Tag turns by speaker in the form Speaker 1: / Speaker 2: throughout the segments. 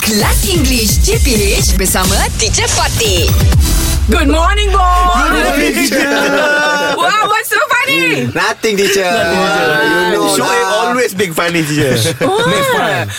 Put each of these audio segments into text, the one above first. Speaker 1: Kelas English CPH bersama Teacher Fatih. Good morning, boy. Wow, what's so funny?
Speaker 2: Nothing teacher. You know
Speaker 3: Shoaib
Speaker 2: lah.
Speaker 3: always big funny teacher.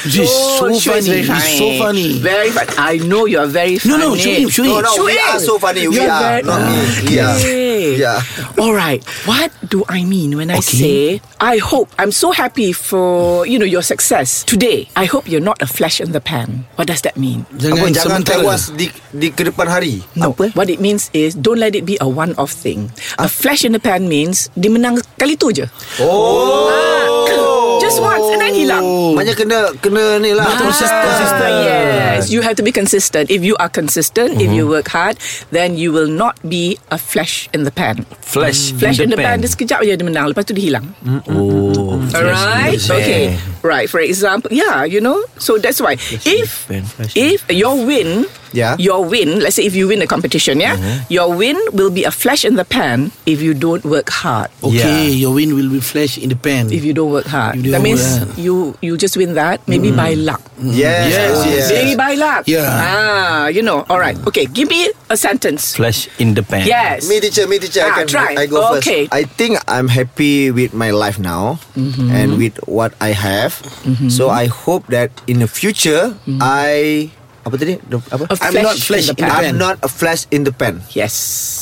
Speaker 4: She's so
Speaker 5: Shuib is very
Speaker 4: funny. She's so funny.
Speaker 5: Oh, Very funny. I know you are very funny.
Speaker 4: No, no, Shuib,
Speaker 2: No,
Speaker 4: Shuib.
Speaker 2: no, we
Speaker 1: Shoaib.
Speaker 2: are so funny. We
Speaker 5: You're
Speaker 2: are.
Speaker 5: very-
Speaker 2: Not me.
Speaker 4: Ah,
Speaker 2: We are.
Speaker 5: Okay.
Speaker 2: Yeah.
Speaker 5: All right. What do I mean when I say I hope I'm so happy for you know your success today. I hope you're not a flash in the pan. What does that mean?
Speaker 2: Apa, jangan
Speaker 4: sementara.
Speaker 2: tewas di, di ke depan hari.
Speaker 5: No.
Speaker 4: Apa?
Speaker 5: What it means is don't let it be a one-off thing. A flash in the pan means dia menang kali tu je. Oh. Just once and then hilang.
Speaker 2: Maknanya kena kena ni lah.
Speaker 5: Ah, yes, Mm-hmm. you have to be consistent. If you are consistent, if you work hard, then you will not be a flash in the pan.
Speaker 3: Flash,
Speaker 5: Flash in the pan Dia sekejap je dia menang Lepas tu dia hilang
Speaker 3: Oh,
Speaker 5: Alright Okay Right for example Yeah you know So that's why If
Speaker 3: pan, flash
Speaker 5: If your win
Speaker 2: Yeah.
Speaker 5: Your win Let's say if you win a competition Yeah Your win will be a flash in the pan If you don't work hard
Speaker 4: Okay, your wind will be flash in the pan.
Speaker 5: If you don't work hard
Speaker 4: If you
Speaker 5: That
Speaker 4: don't
Speaker 5: means
Speaker 4: work hard.
Speaker 5: You you just win that Maybe by luck
Speaker 2: Yes. Yes. yes.
Speaker 5: Maybe by luck
Speaker 4: Yeah.
Speaker 5: Ah You know Alright Okay give me a sentence
Speaker 3: Flash in the pan.
Speaker 5: Yes
Speaker 2: Me teacher, me teacher.
Speaker 5: Ah,
Speaker 2: I can.
Speaker 5: try.
Speaker 2: I go first.
Speaker 5: Okay.
Speaker 2: I think I'm happy with my life now and with what I have. So I hope that in the future I apa tadi? The- Apa?
Speaker 5: A
Speaker 4: I'm not flash in the pan.
Speaker 2: I'm not a flash in the pan.
Speaker 5: Yes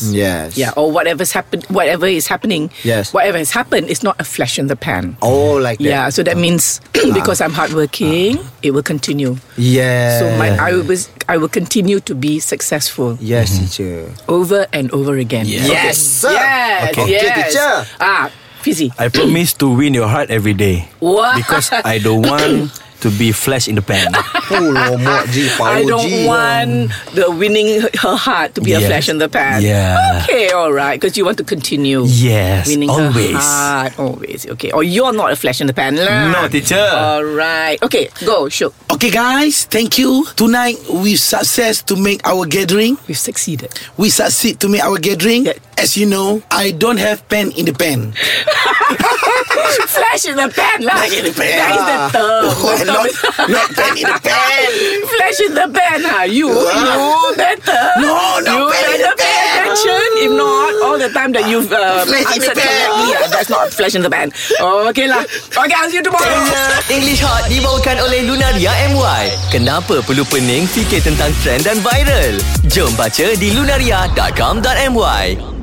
Speaker 2: Yes.
Speaker 5: Yeah, or whatever's happened, whatever is happening.
Speaker 2: Yes.
Speaker 5: Whatever has happened is not a flash in the pan.
Speaker 2: Oh, like
Speaker 5: Yeah,
Speaker 2: that.
Speaker 5: so that means because I'm hardworking, it will continue.
Speaker 2: Yeah.
Speaker 5: So my, I will, I will continue to be successful
Speaker 2: Yes, teacher.
Speaker 5: over and over again. Yes,
Speaker 2: Okay, sir.
Speaker 5: yes,
Speaker 2: Okay.
Speaker 5: yes.
Speaker 2: Okay, teacher.
Speaker 5: Ah, fizzy.
Speaker 3: I promise to win your heart every day.
Speaker 5: What?
Speaker 3: Because I don't want to be flash in the pan.
Speaker 2: Oh, lomak ji, power
Speaker 5: I don't
Speaker 2: ji.
Speaker 5: want the winning her heart to be a
Speaker 3: Yes.
Speaker 5: flash in the pan.
Speaker 3: Yeah.
Speaker 5: Okay, all right, because you want to continue.
Speaker 3: Yes,
Speaker 5: winning
Speaker 3: always.
Speaker 5: her heart, always. Okay, or you're not a flash in the pan, lah.
Speaker 3: No, teacher.
Speaker 5: All right. Okay, go, Shuk.
Speaker 4: Okay, guys, thank you. Tonight, we success to make our gathering.
Speaker 5: We've succeeded.
Speaker 4: We succeed to make our gathering.
Speaker 5: Yeah.
Speaker 4: As you know, I don't have pen in the pen.
Speaker 5: Flash in the pan, lah.
Speaker 4: Flash in the pan.
Speaker 5: That is the term.
Speaker 4: not, not pen in the pen.
Speaker 5: Flash in the pan, huh? You, you better.
Speaker 4: No, not
Speaker 5: you
Speaker 4: flash
Speaker 5: better
Speaker 4: in the
Speaker 5: pay
Speaker 4: pan.
Speaker 5: attention. If not, all the time that you've uh,
Speaker 4: Flash in
Speaker 5: answered
Speaker 4: the pan.
Speaker 5: correctly, uh, that's not flash in the pan. Okay, lah. Okay, I'll see you tomorrow.
Speaker 6: English Hot dibawakan oleh Lunaria MY. Kenapa perlu pening fikir tentang trend dan viral? Jom baca di lunaria.com.my.